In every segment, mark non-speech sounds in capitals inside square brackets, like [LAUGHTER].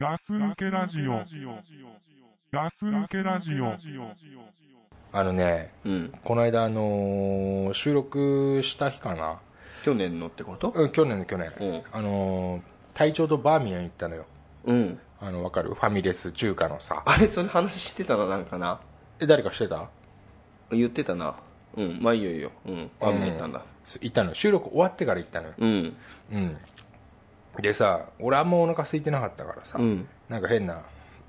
ガス抜けラジオ。ガス抜けラジオ。あのね、うん。この間、あのー収録した日かな、去年のってことうん、去年の去年、うんあのー隊長とバーミヤン行ったのよ。うん。あの、わかるファミレス中華のさ。あれ、その話してたな、なんかな。え、誰かしてた言ってたな。うん。まあいいよいいよ。うん。バーミヤン行ったんだ。す行ったのよ収録終わってから行ったのよ。うん。うん。でさ、俺あんまお腹空いてなかったからさ、うん。なんか変な、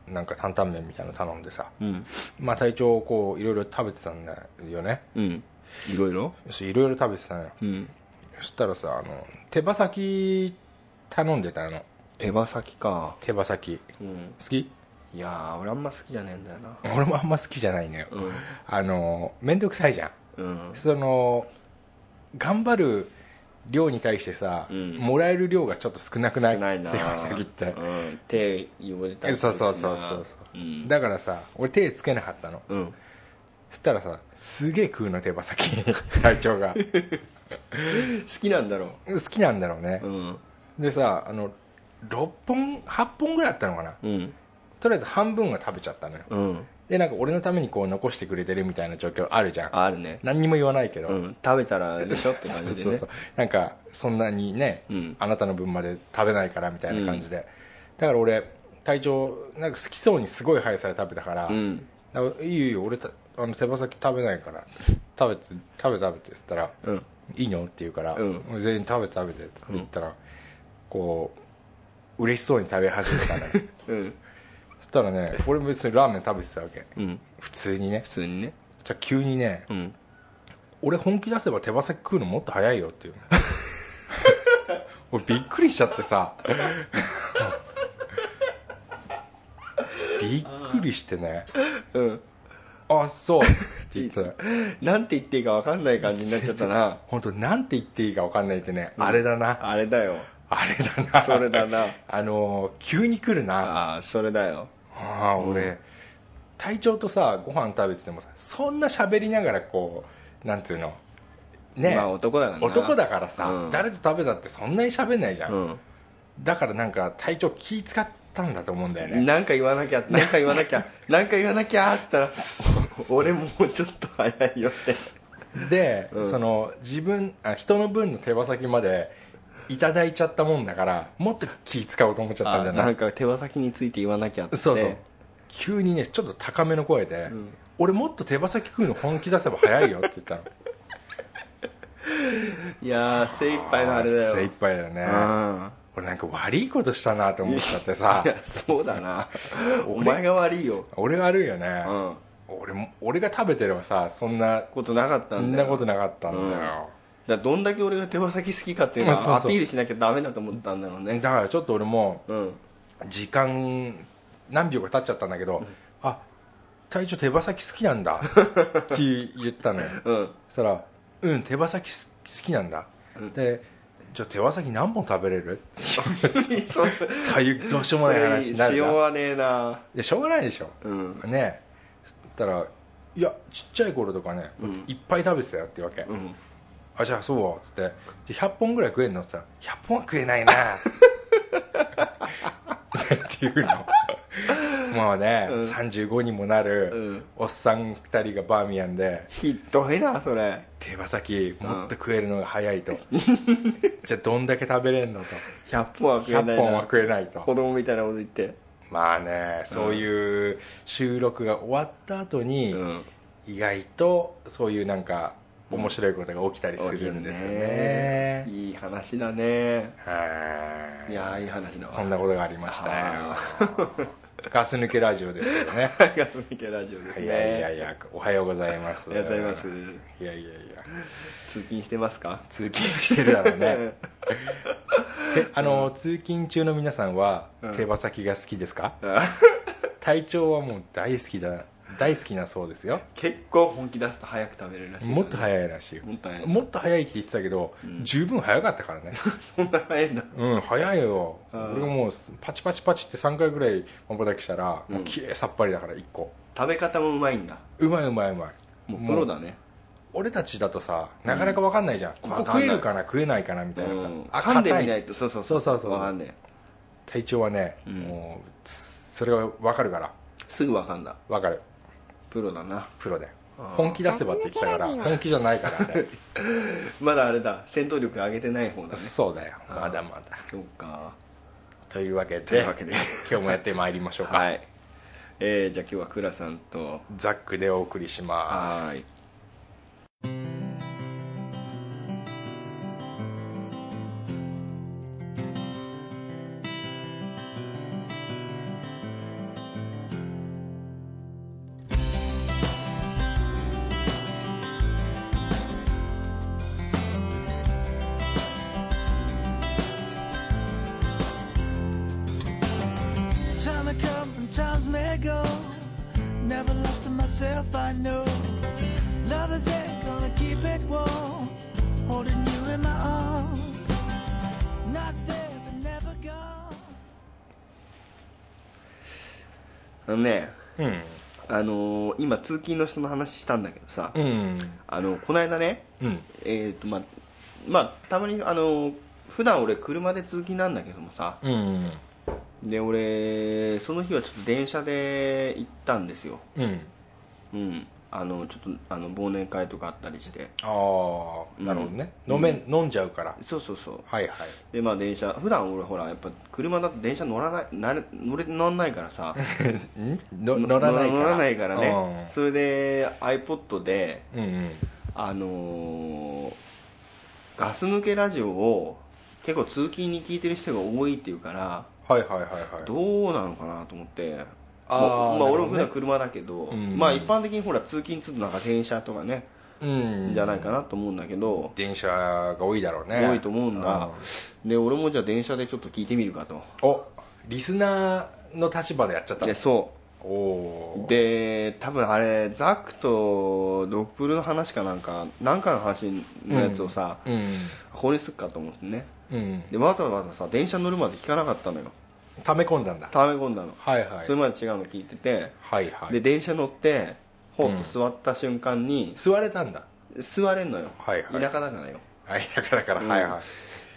なんか担々麺みたいなの頼んでさ、うん。まあ隊長、こう、いろいろ食べてたんだよね。うん。いろいろそういろいろ食べてたのよ。うん。そしたらさ、あの、手羽先頼んでたの。手羽先か。手羽先。うん。好きいやー、俺あんま好きじゃねえんだよな。俺もあんま好きじゃないのようん。あの面倒くさいじゃんうん。その頑張る量に対してさ、うんもらえる量がちょっと少なくない少ないな。手羽先って、うん。手汚れたりすそうるしなそうそうそうそうう、ん。だからさ俺手つけなかったのうん。そしたらさすげえ食うの手羽先 [LAUGHS] 体調が好きなんだろ好きなんだろうねう。、うん。でさあの6本8本ぐらいあったのかなうん。とりあえず半分は食べちゃったのようん。でなんか俺のためにこう残してくれてるみたいな状況あるじゃんあるね。何にも言わないけど、うん。食べたらでしょって感じでね。そうそうそうなんかそんなにね、うんあなたの分まで食べないからみたいな感じで、だから俺体調なんか好きそうにすごい速さで食べたから,、うん。いいよいいよ俺たあの手羽先食べない [LAUGHS] から食べて食べ食べてっつったらうん。 「いいの?」って言うから、う全員食べて食べてっつって言ったら、こう嬉しそうに食べ始めた [LAUGHS] のようん。そしたらね俺も別にラーメン食べてたわけうん。普通にね普通にね。じゃあ急にねうん。俺本気出せば手羽先食うのもっと早いよっ [LAUGHS] ていう俺びっくりしちゃって [LAUGHS] さびっくりしてねうん。あそうって言ってたなんて言っていいか分かんない感じになっちゃったな本当なんて言っていいか分かんないってね、うんあれだなあれだよあれだなそれ [LAUGHS] だなあのー急に来るなああそれだよあー俺、う隊長とさご飯食べててもさそんな喋りながらこうなんていうのね、まあ男だからな男だからさ、うん誰と食べたってそんなに喋んないじゃん、うんだからなんか体調気使ったんだと思うんだよねなんか言わなきゃなんか言わ [LAUGHS] なきゃなんか言わなきゃって言ったら俺もうちょっと早いよってで、うんその自分あ人の分の手羽先までいただいちゃったもんだからもっと気使おうと思っちゃったんじゃあなないんか手羽先について言わなきゃってそうそう急にねちょっと高めの声で、うん俺もっと手羽先食うの本気出せば早いよって言ったのいやー [LAUGHS] 精一杯のあれだよ精一杯だよねあ俺なんか悪いことしたなと思っちゃってあさいやそうだなお前が悪いよ俺悪いようね、ん俺も俺が食べてればさそんなことなかったそんんだよなことなかったんだよ、だからどんだけ俺が手羽先好きかっていうのそうそうはアピールしなきゃダメだと思ったんだろうねだからちょっと俺もうん時間何秒か経っちゃったんだけど、あ隊長手羽先好きなんだって言った [LAUGHS] のようんそしたら「うん手羽先す好きなんだ」うんで「じゃあ手羽先何本食べれる?」そうああいう [LAUGHS] どうしようもない話になるし [LAUGHS] じゃんよういはねえなやしょうがないでしょうんねそしたら「いやちっちゃい頃とかね、うんいっぱい食べてたよ」って言うわけ、うんあじゃあそうっつってじゃあ100本ぐらい食えんのって言ったら100本は食えないなっていうのもうね、うん35にもなる、うんおっさん2人がバーミヤンでひどいなそれ手羽先もっと食えるのが早い [LAUGHS] と、じゃあどんだけ食べれんのと100本は食えな100い本はな食えない子と供みたいなこと言ってまあねそういう収録が終わった後うに、ん意外とそういうなんか面白いことが起きたりするんですよね、いい話だねはいいやーいい話だわそんなことがありましたよガス抜けラジオですけどねガス抜けラジオですいねやいやいやおはようございますありがとうございますいやいやいや通勤してますか通勤してるだろうね [LAUGHS] であの、通勤中の皆さんはうん手羽先が好きですか、あ体調はもう大好きだ大好きなそうですよ結構本気出すと早く食べれるらしいもっとい早いらしいよもっと早いもっと早いって言ってたけど、うん十分早かったからねそんな早いんだうん早いよあー俺もうパチパチパチって3回ぐらいまばたきしたら、うんもうきれいさっぱりだから1個食べ方もうまいんだうまいうまいうまいもうプロだね俺たちだとさなかなか分かんないじゃん、うんここ食えるかな食えないかなみたいなさ、うんあ噛んでみな硬いいとそうそうそうそうそうわかんね体調はね、うんもうそれが分かるからすぐわかんだ分かるプロだなプロであー本気出せばって言ってたからガス抜けラジオ本気じゃないからあ [LAUGHS] れまだあれだ戦闘力上げてない方だねそうだよあーまだまだそうかというわけといでうわけで今日もやってまいりましょうか、はいえー、じゃあ今日は倉さんとザックでお送りしますはーい Time may come and times may go. Never left to myself, I know. Love is it, gonna keep it warm. Holding you in my arms. Not there, but never gone. あのねうんあのー今通勤の人の話したんだけどさ、うんあのこの間ねうんえっ、とまあまあたまにあのー普段俺車で通勤なんだけどもさうんで俺その日はちょっと電車で行ったんですようんうんあのちょっとあの忘年会とかあったりしてああなるほどね、うん飲め飲んじゃうからそうそうそうはいはいでまあ電車普段俺ほらやっぱ車だと電車乗らないなれ乗れ乗んないからさんの [LAUGHS] 乗らないから乗らないからね、それで iPod でうん、うんうんあのーガス抜けラジオを結構通勤に聞いてる人が多いっていうからはいはいはいはいどうなのかなと思ってあーまあまなるほどあ、ね俺も普段車だけど、うんまあ一般的にほら通勤するとなんか電車とかね、うんじゃないかなと思うんだけど、電車が多いだろうね多いと思うんだ、で俺もじゃあ電車でちょっと聞いてみるかとうんおリスナーの立場でやっちゃったでそおおうで多分あれザックとドップルの話かなんかなんかの話のやつをさ、うんこれにすっかと思ってねうんでわざわざさ電車乗るまで聞かなかったのよ溜め込んだんだため込んだの、はいはいそれまで違うの聞いてて、はいはいで電車乗ってほっうんと座った瞬間に、座れたんだ座れんのよ、はいはい田舎だからよあいやだから、うんはいは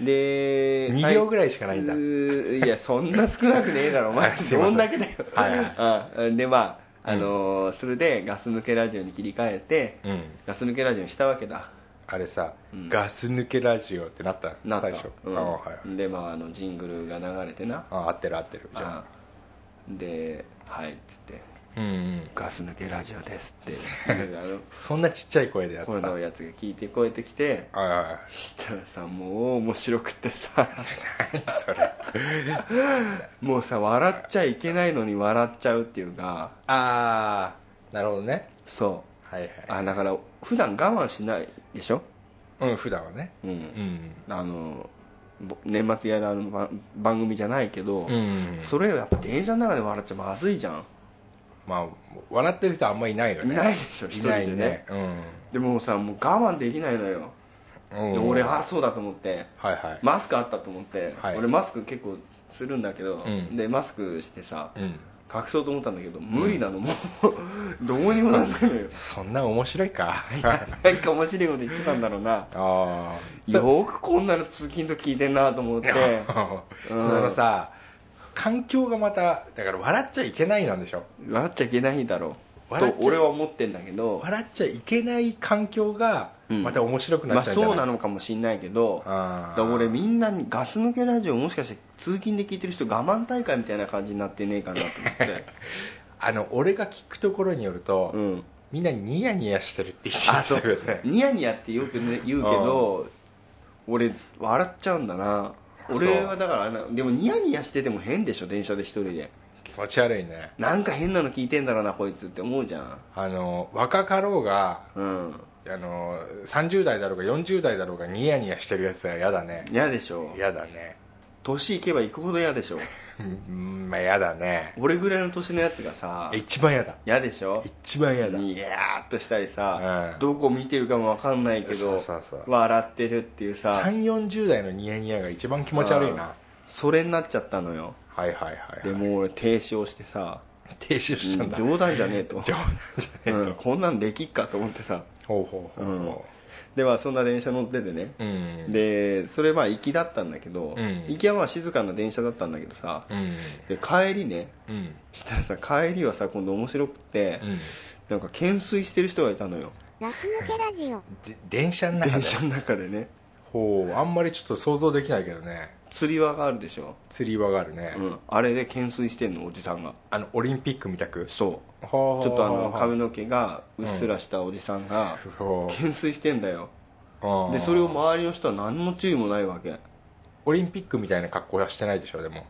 いで二両ぐらいしかないんだいやそんな少なくねえだろお前あすいませどんんだけだよはいはいあでまあ、あのーそれでガス抜けラジオに切り替えて、うんガス抜けラジオにしたわけだあれさ、うんガス抜けラジオってなったなった最初、うんあはいはいでまああのジングルが流れてなあ合ってる合ってるじゃあで「はい」っつってあうんうん「ガス抜けラジオです」って [LAUGHS] いうあのそんなちっちゃい声でやってこたのやつが聞いて超えてきてはいはいはいしたらさもう面白くってさそれもうさ笑っちゃいけないのに笑っちゃうっていうかああなるほどねそはいはいうあだから普段我慢しないでしょうん普段はねうん、うんあのぼ年末やるあのば番組じゃないけど、うんそれやっぱ電車の中で笑っちゃまずいじゃんまあ笑ってる人あんまいないよいねないでしょ一い人でなねいねでもさもう我慢できないのよ、うん、でうん、俺あそうだと思ってはいはい、マスクあったと思って、はい俺マスク結構するんだけど、うんでマスクしてさうん、隠そうと思ったんだけど無理なの、もうどうにもなんないの [LAUGHS] よそんな面白いかなんか面白いこと言ってたんだろうな [LAUGHS] ああよくこんなの通勤と聞いてんなと思ってそのさ環境がまただから笑っちゃいけないなんでしょ笑っちゃいけないんだろう笑っとちゃい俺は思ってんだけど笑っちゃいけない環境がうんまた面白くまなあっちゃうんじゃそうない、なのかもしんないけどあだーから俺みんなにガス抜けラジオもしかして通勤で聞いてる人我慢大会みたいな感じになってねえかなと思 [LAUGHS] って、あの俺が聞くところによると、うん、みんなニヤニヤしてるって言ってましたよねニヤニヤってよく、ね、言うけど俺笑っちゃうんだな俺はだからあれなでもニヤニヤしてても変でしょ電車で一人で気持ち悪いねなんか変なの聞いてんだろうなこいつって思うじゃんあの若かろうがうんあの30代だろうが40代だろうがニヤニヤしてるやつは嫌だね嫌でしょ嫌だね年いけばいくほど嫌でしょうんまあ嫌だね俺ぐらいの年のやつがさ一番嫌だ嫌でしょ一番嫌だにやーっとしたりさ、うんどこ見てるかもわかんないけどそうそうそう笑ってるっていうさ3 4 0代のニヤニヤが一番気持ち悪いなそれになっちゃったのよはいはいはい、はい、でもう俺停止をしてさ停止したんだうん冗談じゃねえと冗談じゃねえと、うんこんなんできっかと思ってさほうほうほうほう、うんでまあそんな電車乗っててね、うんでそれまあ行きだったんだけど、うん行きはまあ静かな電車だったんだけどさ、うんで帰りねうんしたらさ帰りはさ今度面白くて、うんなんか懸垂してる人がいたのよガス抜けラジオ。で電車の中電で車の中でねほうあんまりちょっと想像できないけどね釣り輪があるでしょ、釣り輪があるね、うん、あれで懸垂してんのおじさんがあのオリンピックみたくそちうょちょっとあの髪の毛がうっすらしたおじさんが懸垂してんだよでそれを周りの人は何の注意もないわけオリンピックみたいな格好はしてないでしょで [LAUGHS] も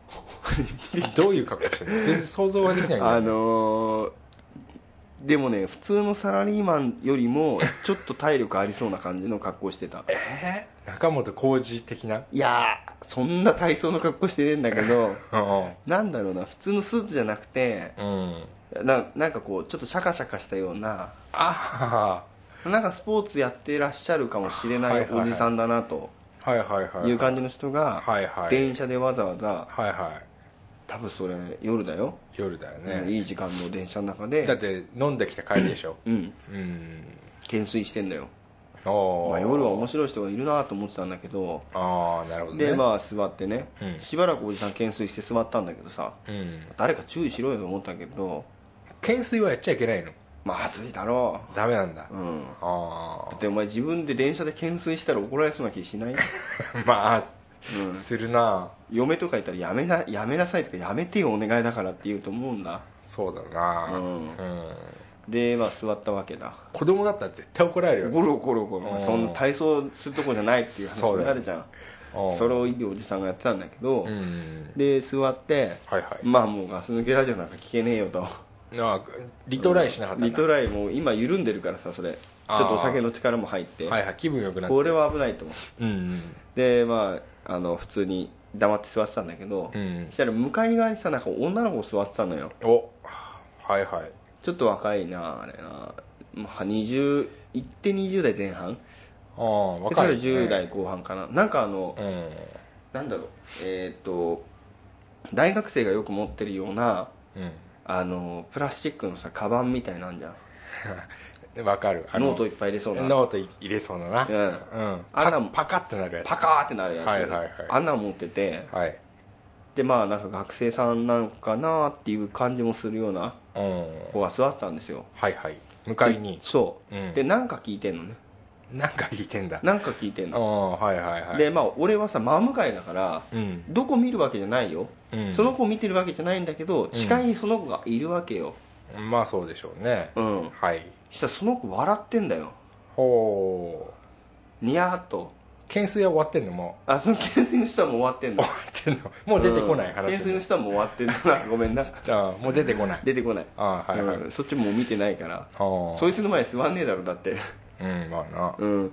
どういう格好してるの全然想像はできないけどあのーでもね普通のサラリーマンよりもちょっと体力ありそうな感じの格好してたえー中本浩二的ないやーそんな体操の格好してねえんだけど [LAUGHS] うんなんだろうな普通のスーツじゃなくてうんななんかこうちょっとシャカシャカしたようなあなんかスポーツやってらっしゃるかもしれはないいはいはおいじさんだなとあはいはいはいいう感じの人がはいはい電車でわざわざはいはい多分それ夜だよ、夜だようんいねい時間の電車の中だっでて飲んできた帰りでしょうんうん懸垂してんだよ、おーまあ、夜は面白い人がいるなと思ってたんだけどああなるほどねでまあ座ってね、うんしばらくおじさん懸垂して座ったんだけどさうん誰か注意しろよと思ったけど懸垂はやっちゃいけないのまずいだろダメなんだううんあだってお前自分で電車で懸垂したら怒られそうな気し [LAUGHS] ない、うあまあん、するな嫁とか言ったらやめなやめなさいとかやめてよお願いだからって言うと思うんだそうだなうんうんでまあ座ったわけだ子供だったら絶対怒られるよゴロゴロゴロうんそんな体操するとこじゃないっていう話になるじゃんうんそれをいいおじさんがやってたんだけど、うんで座ってはいはいまあもうガス抜けラジオなんか聞けねえよとなあリトライしなかったんだリトライもう今緩んでるからさそれちょあーっとお酒の力も入って、はいはい気分良くなってこれは危ないと思ううんでまああの普通に黙って座ってたんだけど、うんうんそしたら向かい側にさなんか女の子座ってたのよおはいはいちょっと若いなあれなまあ20いって20代前あ半あで若いそれね10代後半かななんかあの、うなんだろうえーっと大学生がよく持ってるようなんうんあのプラスチックのさカバンみたいなんじゃんでわかるあのノートいっぱい入れそうなノートい入れそうだなうんうんあんなパもんパカってなるやつパカーってなるやつ、はいはいはいあんなん持っててはいでまあなんか学生さんなのかなっていう感じもするようなうん子が座ってたんですよはいはい向かいにそう、うんでなんか聞いてんのねなんか聞いてんだなんか聞いてんうの、んはいはいはいでまあ俺はさ真向かいだからうんどこ見るわけじゃないよ、うんその子見てるわけじゃないんだけんど視界にその子がいるわけよまあそうでしょうねうん、はいしたらその子笑ってんだよほうニヤーっと懸垂は終わってんのもあその懸垂の人はもう終わってんう [LAUGHS] の終わってんのもう出てこないうん話懸垂の人はもう終わってんの [LAUGHS] ごめんなああもう出てこない出てこない、ああはいはいうんそっちもう見てないからああそいつの前に座んねえだろだってうんまあなうん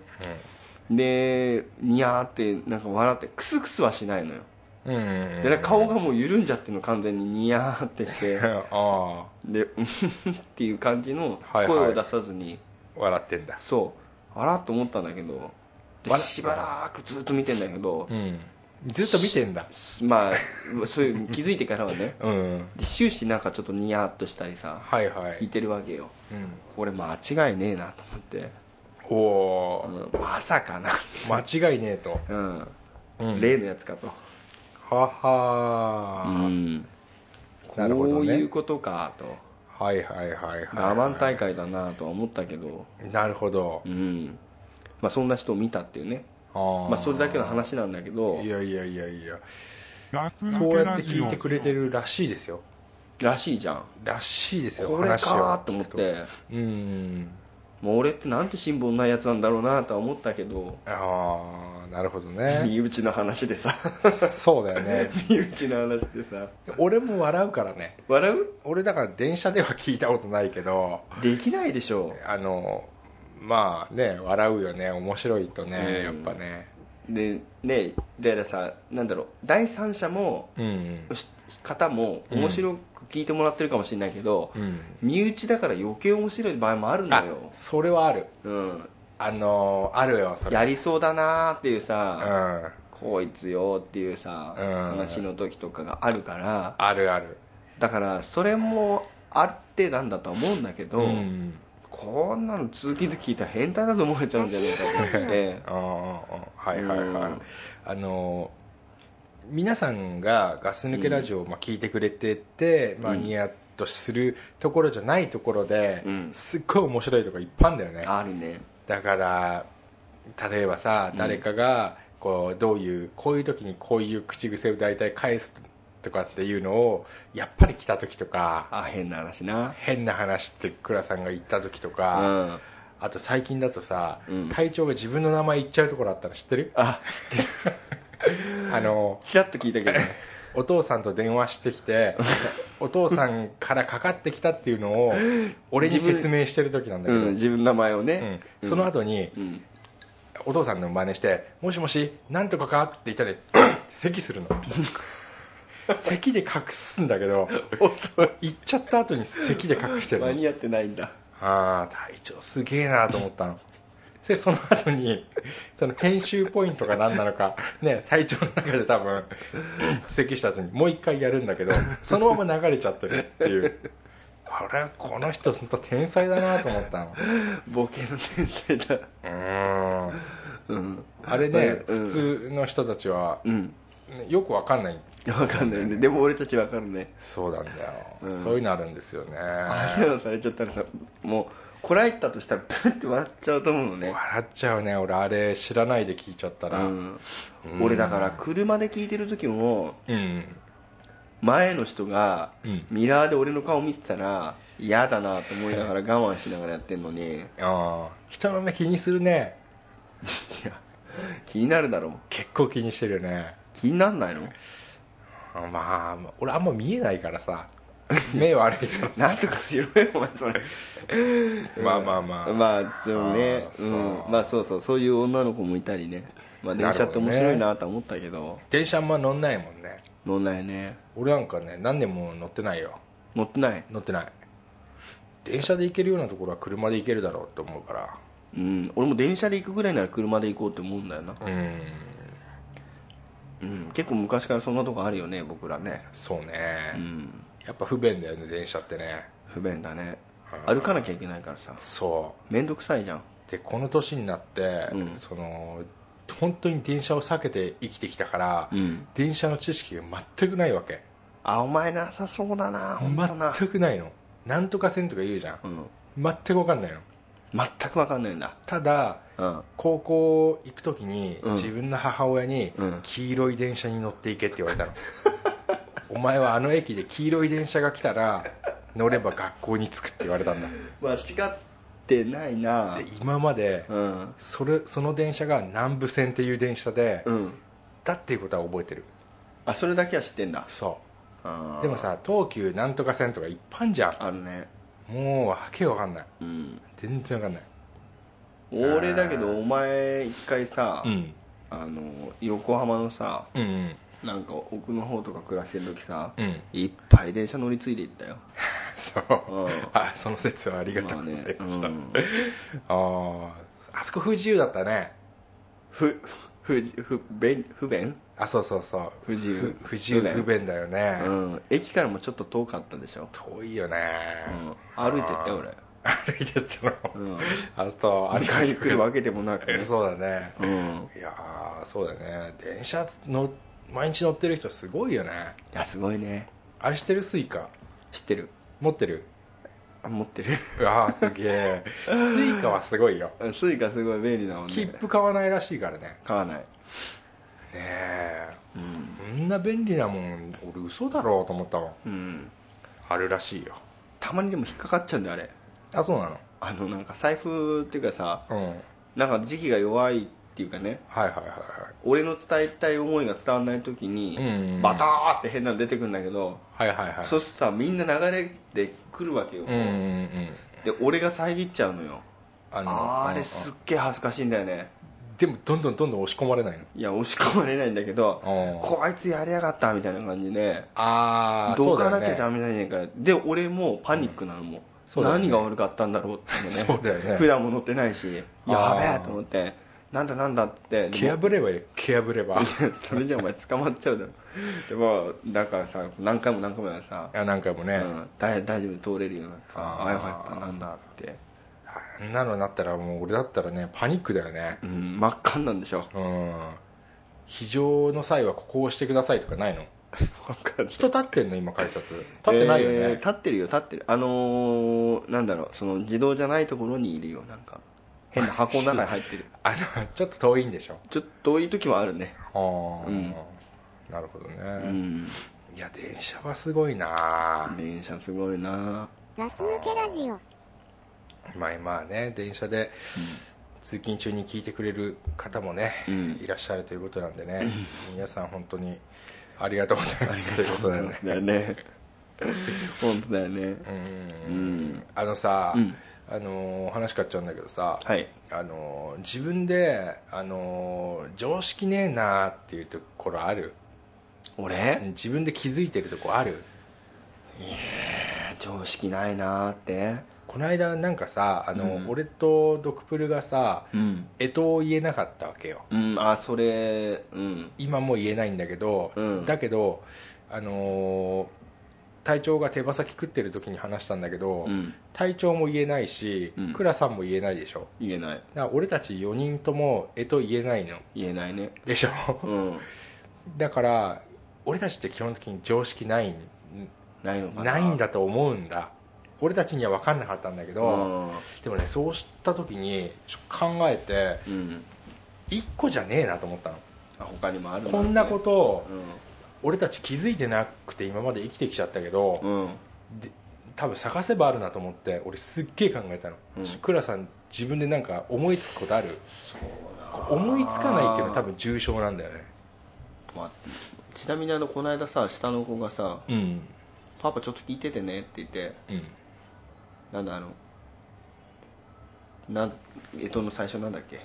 でニヤーってなんか笑ってクスクスはしないのようんうんでなんか顔がもう緩んじゃってるの完全にニヤーってして [LAUGHS] ああでうんふふっていう感じのはいはい声を出さずに、笑ってんだそうあらと思ったんだけどでわらしばらくずっと見てんだけどう、んずっと見てんだまあそういう気づいてからはねうんで終始なんかちょっとニヤーっとしたりさはいは聞いいてるわけようん俺間違いねえなと思って、おおうんまさかな、間違いねえとうんうん例のやつかと、ははうんなるほこどうねいうことかとはいはいはいはい我慢大会だなとは思ったけど、なるほどうんまあ、そんな人を見たっていうね、ああまあ、それだけの話なんだけどいやいやいやいやガス抜そうけやっラてジ聞いオてくれてるらしいですよらしいじゃんらしいですよこれ話をかと思ってうんもう俺ってなんて辛抱ないやつなんだろうなとは思ったけどああなるほどね [LAUGHS] 身内の話でさそうだよね身内の話でさ俺も笑うからね笑う俺だから電車では聞いたことないけどできないでしょあのまあね笑うよね面白いとね、うんやっぱねでねだからさなんだろう第三者もうんし方もうん面白く聞いてもらってるかもしれないけど、うん身内だから余計面白い場合もあるんだあよ、それはあるうん、あのあるよそれやりそうだなーっていううさ、んこいつよっていうさ、うん話の時とかがあるからあるあるだからそれもあってなんだとは思うんだけど、うんこんなの続きで聞いたら変態だと思われちゃうんじゃねえかと思ってああ [LAUGHS] はいはいはういんあの皆さんがガス抜けラジオをまあ聞いてくれてて、まあ、うんニヤッとするところじゃないところで、うんすっごい面白いとこいっぱいあるんだよねあるねだから例えばさうん誰かがこうどういうこういう時にこういう口癖を大体返すとかっていうのをやっぱり来た時とかあ変な話な変な話って倉さんが言った時とうか、んあと最近だとさ、うん隊長が自分の名前言っちゃうところあったの知ってるあ知ってるあのチラッと聞いたけどお父さんと電話してきてお父さんからかかってきたっていうのを俺に説明してる時 [LAUGHS] なんだけうど、ん自分の名前をねうんその後にうんお父さんの真似して「もしもしなんとかか?」って言ったら [COUGHS] ね咳するの咳で隠すんだけど [LAUGHS] 遅い行っちゃった後に咳で隠してる間のに合ってないんだああ隊長すげえなと思ったの [LAUGHS] でその後に [LAUGHS] その編集ポイントが何なのかね隊長の中で多分 [LAUGHS] 咳した後にもう一回やるんだけど [LAUGHS] そのまま流れちゃってるっていうあれこの人本当天才だなと思ったのボケの天才だうーんうんあれね、うん普通の人たちはうんねよくわかんないわかんないねでも俺たちわかるねそうなんだよ、うんそういうのあるんですよねあんなのされちゃったらさもうこらえたとしたらプンって笑っちゃうと思うのね笑っちゃうね俺あれ知らないで聞いちゃったうら、ん俺だから車で聞いてる時もうん前の人がうんミラーで俺の顔見てたら嫌だなと思いながら我慢しながらやってんのにいああ人の目気にするねや気になるだろ結構気にしてるよね気になんないのあまあ俺あんま見えないから [LAUGHS] さ目悪いからさなんとかしろよお前それまあまあまあまあそうねあーうそうんまあそうそうそういう女の子もいたりねまあ電車って面白いなとは思ったけど電車あんま乗んないもんね乗んないね俺なんかね何年も乗ってないよ乗ってない乗ってない電車で行けるようなところは車で行けるだろうって思うからうん俺も電車で行くぐらいなら車で行こうって思うんだよなうんうん結構昔からそんなとこあるよね僕らねそうね、うんやっぱ不便だよね電車ってね不便だねうん歩かなきゃいけないからさそめんどくさいじゃんうでこの年になって、うんその本当に電車を避けて生きてきたから、うん電車の知識が全くないわけあお前なさそうだな本当な全くないのなんとか線とか言うじゃんうん全く分かんないの全くわかんないんだただうん高校行く時に、うん自分の母親に、うん黄色い電車に乗っていけって言われたの [LAUGHS] お前はあの駅で黄色い電車が来たら乗れば学校に着くって言われたんだ間違ってないなで今までうんそれその電車が南武線っていう電車で、うんだっていうことは覚えてるあそれだけは知ってんだそうあーでもさ東急なんとか線とか一般じゃんあるねもうわけわかんないうん全然わかんない俺だけどお前一回さ、んあの横浜のさうんうんなんか奥の方とか暮らしてる時さ、うんいっぱい電車乗り継いでいったよそううんあその説はありがとうございました、あねうん [LAUGHS] あーあそこ不自由だったねふふふ便不便、あそうそうそう不自由ふ不自由不便不便だよね、うん、駅からもちょっと遠かったでしょ、遠いよね、うん、歩いてったよ俺、歩いてったの、うん、あそう歩迎えに来るわけでもなく、けそうだねうん、いやーそうだね電車の毎日乗ってる人すごいよねいやすごいねあれしてるスイカ知ってる持ってるあ持ってる [LAUGHS] うわーすげえスイカはすごいよスイカすごい便利だもんね切符買わないらしいからねね買わない、えうんこんな便利なもん俺嘘だろうと思ったもんうん、あるらしいよたまにでも引っかかっちゃうんだよあれあそうなのあのなんか財布っていうかさうんはいなんか時期が弱いっていうかねはいは俺の伝えたい思いが伝わらない時に、いはいうんバターって変なの出てくるんだけど、はいはいはいそうするとさみんな流れてくるわけよ、うんうんうんで俺が遮っちゃうのよあのあうーあんうれんすっげえ恥ずかしいんだよねでもどんどんどんどん押し込まれないのいや押し込まれないんだけどうんこいつやりやがったみたいな感じでああどかなきゃねダメなんじゃないかよで俺もパニックなのもそうだよね何が悪かったんだろうっていうのね [LAUGHS] そうだよね普段も乗ってないしあーやべえと思ってなんだなんだって蹴でも破ればいい蹴破れば [LAUGHS] それじゃお前捕まっちゃうだろでもだからさ何回も何回もやさ、あ何回もね、うん、大大丈夫通れるようになってさあーああよかったなんだってああんなのになったらもう俺だったらねパニックだよねうん、真っ赤になん [LAUGHS] でしょうん非常の際はここを押してくださいとかないの分かんない人立ってんの今改札立ってないよね、えー立ってるよ立ってるあのー、なんだろうその自動じゃないところにいるよなんか変な箱の中に入っ [LAUGHS] てるあのちょっと遠いんでしょちょっと遠い時もあるねああ、うんなるほどね、うんいや電車はすごいな、電車すごいなガス抜けラジオまあまあね電車で通勤中に聞いてくれる方もね、うんいらっしゃるということなんでね、皆さん本当にありがとうございますということでねだよね本当だよねううんんあのさ、うんあのー話変わっちゃうんだけどさ、はいあのー自分で、あのー常識ねえなーっていうところある俺自分で気づいてるとこある常識ないなーってこの間なんかさあの、うん俺とドクプルがさうん、干支を言えなかったわけようん、あそれうん今もう言えないんだけど、うんだけどあのー隊長が手羽先食ってる時に話したんだけど、うん隊長も言えないし、うん倉さんも言えないでしょ言えないだから俺たち4人とも干支言えないの言えないねでしょ、うんだから俺たちって基本的に常識ないんないのかなないんだと思うんだ俺たちには分かんなかったんだけうど、んでもねそうした時にちょっと考えてうん1個じゃねえなと思ったのあ他にもあるこんなこととを俺たち気づいてなくて今まで生きてきちゃったけど、うんうんで多分探せばあるなと思って俺すっげえ考えたの、うんクラさん自分でなんか思いつくことある思いつかないっていうのは多分重症なんだよねまあ、ちなみにあのこの間さ下の子がさうん「パパちょっと聞いててね」って言ってうんなんだあのなんえとの最初なんだっけ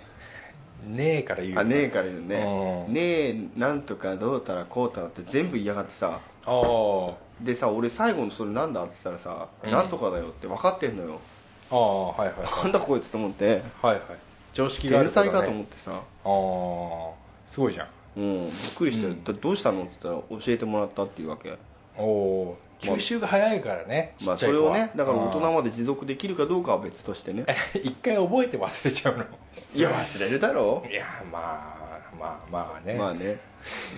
ねえから言うあねえから言うねうんねえなんとかどうたらこうたらって全部言いやがってさああでさ俺最後のそれなんだって言ったらさ、うんなんとかだよって分かってんのよ [LAUGHS] ああはいはいはなんだこいつと思っていはいはい常識があ天るから才かとね思ってさああすごいじゃんうんびっくりしたよ、うんだどうしたのって言ったら教えてもらったっていうわけおおー吸収が早いからね、まあちっちゃそいれ子をはねだから大人あまで持続できるかどうかは別としてねー [LAUGHS] 一回覚えて忘れちゃうのいや忘れるだろいやまあまあまあね、まあね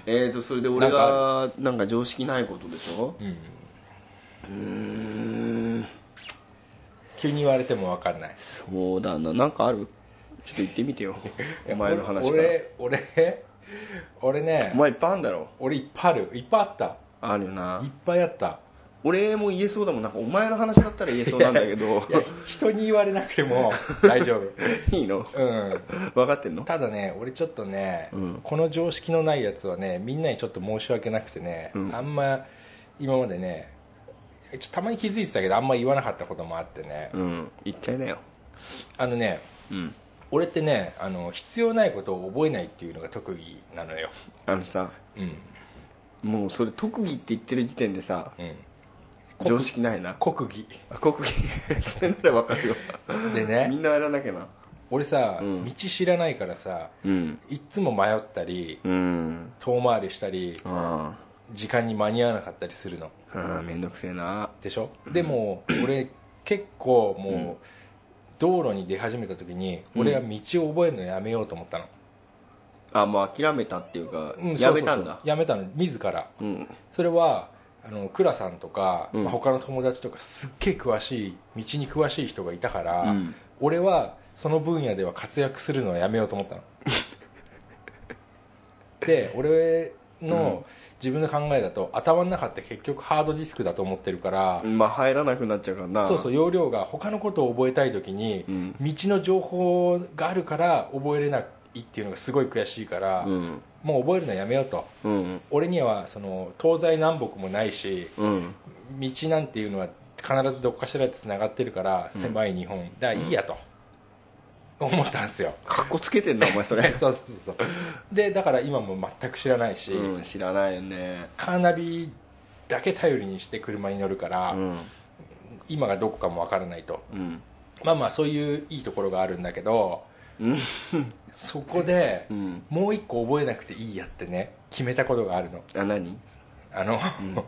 えー、とそれで俺がなんか常識ないことでしょうん、うーん急に言われても分かんないそうだななんかあるちょっと言ってみてよ [LAUGHS] お前の話から俺俺俺ねお前いっぱいあんだろ俺いっぱいあるいっぱいあったあるよいっなぱいあった [LAUGHS] 俺も言えそうだもんなんかお前の話だったら言えそうなんだけ [LAUGHS] どいや人に言われなくて [LAUGHS] も大丈夫いいのうん分かってんのただね俺ちょっとね、うんこの常識のないやつはねみんなにちょっと申し訳なくてね、うんあんま今までねちょっとたまに気づいてたけどあんま言わなかったこともあってね、うん言っちゃいなよあのねうん俺ってねあの必要ないことを覚えないっていうのが特技なのよあのさうんもうそれ特技って言ってる時点でさうん常識ないな国技あ国技 [LAUGHS] それなら分かるよでねみんなやらなきゃな俺さ、うん道知らないからさうんいっつも迷ったりうん遠回りしたりあ時間に間に合わなかったりするのあうんめんどくせえなでしょ、でも俺結構もう道路に出始めた時にうん俺は道を覚えるのやめようと思ったの、あもう諦めたっていうか、うんやめたんそうそうだそうやめたの自らうんそれはあの倉さんとか、うんまあ他の友達とかすっげえ詳しい道に詳しい人がいたから、うん俺はその分野では活躍するのはやめようと思 [LAUGHS] ったので俺の自分の考えだと頭の中って結局ハードディスクだと思ってるから、まあ入らなくなっちゃうからなそうそう容量が他のことを覚えたい時にう、ん道の情報があるから覚えれないっていうのがすごい悔しいから、うんもう覚えるのやめようとうん俺にはその東西南北もないしうん道なんていうのは必ずどこかしらでつながってるからうん狭い日本だからいいやと、思ったんですよかっこつけてんなお前そそう [LAUGHS] れ、そうそうそうでだから今も全く知らないし、うん、知らないよねカーナビだけ頼りにして車に乗るから、うん今がどこかもわからないとうんまあまあそういういいところがあるんだけどうんそこでうんもう一個覚えなくていいやってね決めたことがあるのあ何あの、 [LAUGHS] ん [LAUGHS]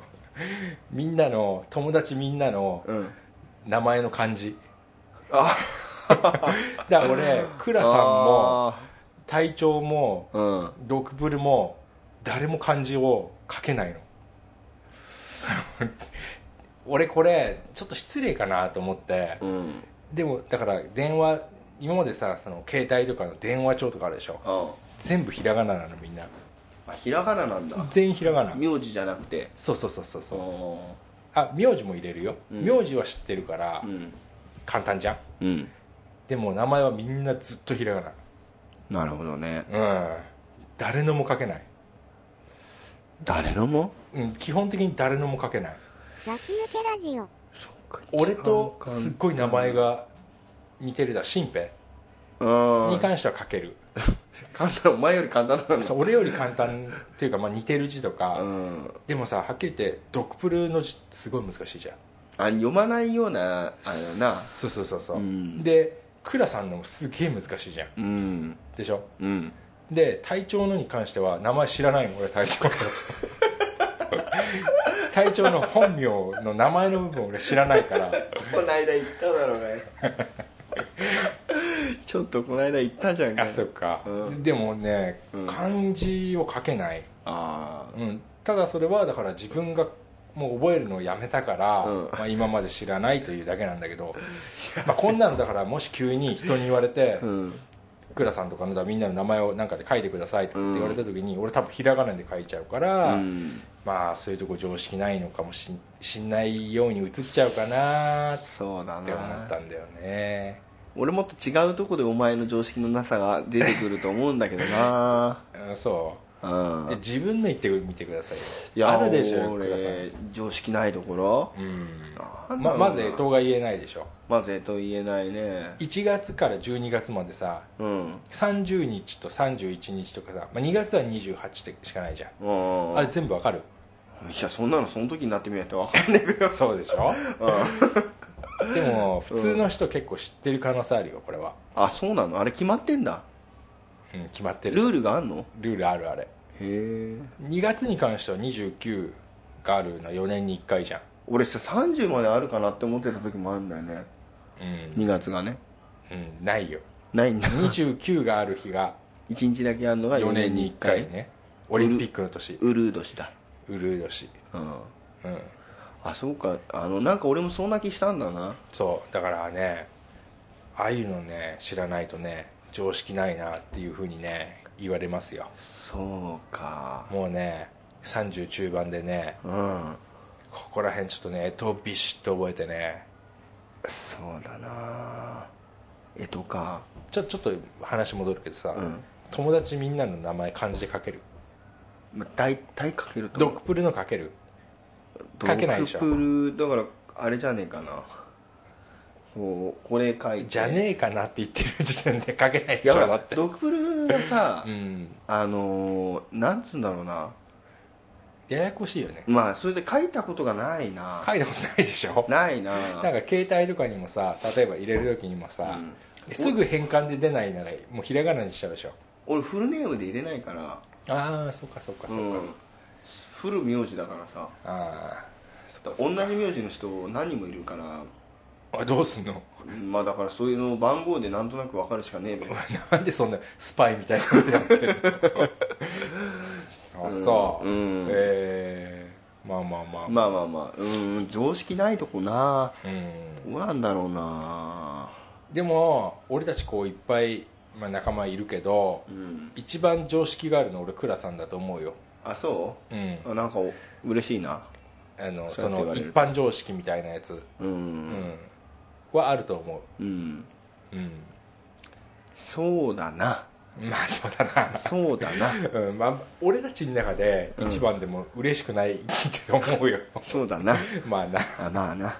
みんなの友達みんなのうん名前の漢字あだから俺倉さんも隊長もあーうんドクブルも誰も漢字を書けないの [LAUGHS] 俺これちょっと失礼かなと思ってうんでもだから電話今までさその携帯とかの電話帳とかあるでしょあ全部ひらがななのみんなあひらがななんだ全員ひらがな名字じゃなくてそうそうそうそうそうそあ名字も入れるよ、うん名字は知ってるからうん簡単じゃんうんでも名前はみんなずっとひらがなるほどねなうん誰のも書けない、誰のもうん、基本的に誰のも書けないガス抜けラジオそっか俺とすっごい名前が似てるだ新兵うんに関しては書ける、簡単お前より簡単なのそう俺より簡単っていうか、まあ、似てる字とか、うんでもさはっきり言ってドクプルの字すごい難しいじゃんあ読まないようなあれだなそうそうそうそう、うんでクラさんのもすげえ難しいじゃんうんでしょうんで隊長のに関しては名前知らないもん俺隊長の [LAUGHS] 隊長の本名の名前の部分俺知らないからこの間行っただろうがよちょっとこの間行ったじゃんかあそっか、うんでもねうん漢字を書けない、あうん、ただそれはだから自分がもう覚えるのをやめたから、うんまあ、今まで知らないというだけなんだけ [LAUGHS] ど、まあ、こんなのだからもし急に人に言われてあうん「倉さんとかのだみんなの名前をなんかで書いてください」とかって言われた時に、俺多分ひらがなで書いちゃうから、うんまあそういうとこ常識ないのかもしんしんないように映っちゃうかなってそうだ思っなたんだよね俺もっと違うとこでお前の常識のなさが出てくると思うんだけど [LAUGHS] なうんそううでん自分の言ってみてくださいよいやあるでしょ倉さ俺常識ないところんうんなんまだろうなまず干支が言えないでしょまずえと言えないね1月から12月までさうん30日と31日とかさ、まあ、2月は28ってしかないじゃんうんあれ全部わかるいやそんなのその時になってみないと分かんないけ [LAUGHS] どそうでしょ [LAUGHS] うんでも普通の人結構知ってる可能性あるよこれは、あそうなのあれ決まってんだうん、決まってルるールがあんのルールあるあれへえ2月に関しては29があるの4年に1回じゃん俺さ30まであるかなって思ってた時もあるんだよねうん、 2月がねうん、ないよないんだ [LAUGHS] 29がある日 [LAUGHS] が1日だけあるのが4 4年年にに1 1回回ねオリンピックの年ウルー年だウルー年うんうんあそうかあのなんか俺もそんな気したんだなそうだからねああいうのね知らないとね常識ないなっていうふうにね言われますよそうかもうね30中盤でねうんここら辺ちょっとね干支ビシッと覚えてねそうだなえとかちょちょっと話戻るけどさ、うん友達みんなの名前漢字で書けるまあ大体書けるとド思うクプルの書ける書けないでしょドクプルだからあれじゃねえかなこうこれ書いてじゃねえかなって言ってる時点で書けないいでしやょほだらってドクプルがさ、うんあのーなんつうんだろうなややこしいよねまあそれで書いたことがないな、書いたことないでしょないななんか携帯とかにもさ例えば入れる時にもさ、うんすぐ変換で出ないならもうひらがなにしちゃうでしょ俺フルネームで入れないからああそっかそっかそっか、うんフル名字だからさあ同じ名字の人何人もいるからーあどうすんの [LAUGHS] まあだからそういうの番号でなんとなく分かるしかねえべなんでそんなスパイみたいなことやって [LAUGHS] るのあそう、うんえー、まあまあまあ、まあまあまあうん常識ないとこなうんどうなんだろうなでも俺たちこういっぱい、まあ、仲間いるけどうん一番常識があるの俺倉さんだと思うよあそうんうあなんかお嬉しいなあのそうそやって言わのれ一る般常識みたいなやつ、ううんんはあると思うんう、うん、そうだなまあそうだなそうだなうんまあ、俺たちの中で一番でも嬉しくないって思うよ、そうだなまあなあまあな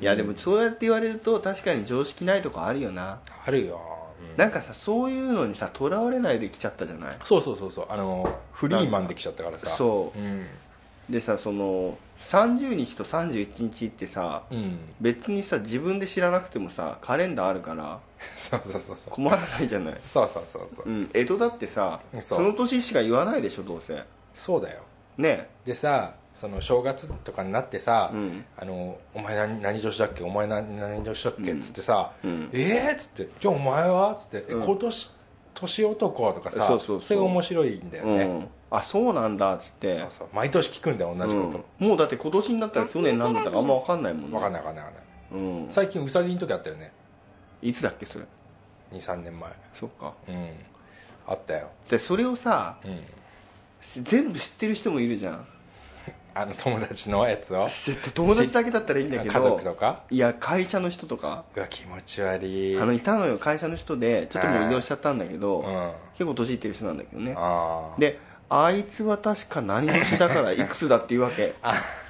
いやでもそうやって言われると確かに常識ないとこあるよなあるよ、うんなんかさそういうのにさとらわれないで来ちゃったじゃないそうそうそうそうあのフリーマンできちゃったからさそううん、でさその30日と31日ってさうん、 [LAUGHS] 別にさ自分で知らなくてもさカレンダーあるからそうそうそうそう困らないじゃないそうそうそうそううん江戸だってさそうその年しか言わないでしょどうせそうだよねでさその正月とかになってさ「うんあのお前何何年だっけお前何何年だっけ?」っつってさ「うんえっ?」っつって「じゃあお前は?」っつって「えうん今年年男」とかさそうそうそれうが面白いんだようね、ん、あそうなんだっつってそうそう毎年聞くんだよ同じこと、うんもうだって今年になったら去年なんだったかあんま分かんないもんね分かんない分かんない分かんないうん、最近ウサギの時あったよねいつだっけそれ23年前そっかうんあったよでそれをさうんし全部知ってる人もいるじゃんあの友達のやつをせ友達だけだったらいいんだけど家族とかいや会社の人とかうわ気持ち悪いあのいたのよ会社の人でちょっともう移動しちゃったんだけど、うんあ結構年いってる人なんだけどねあであいつは確か何年だからいくつだっていうわ [LAUGHS] け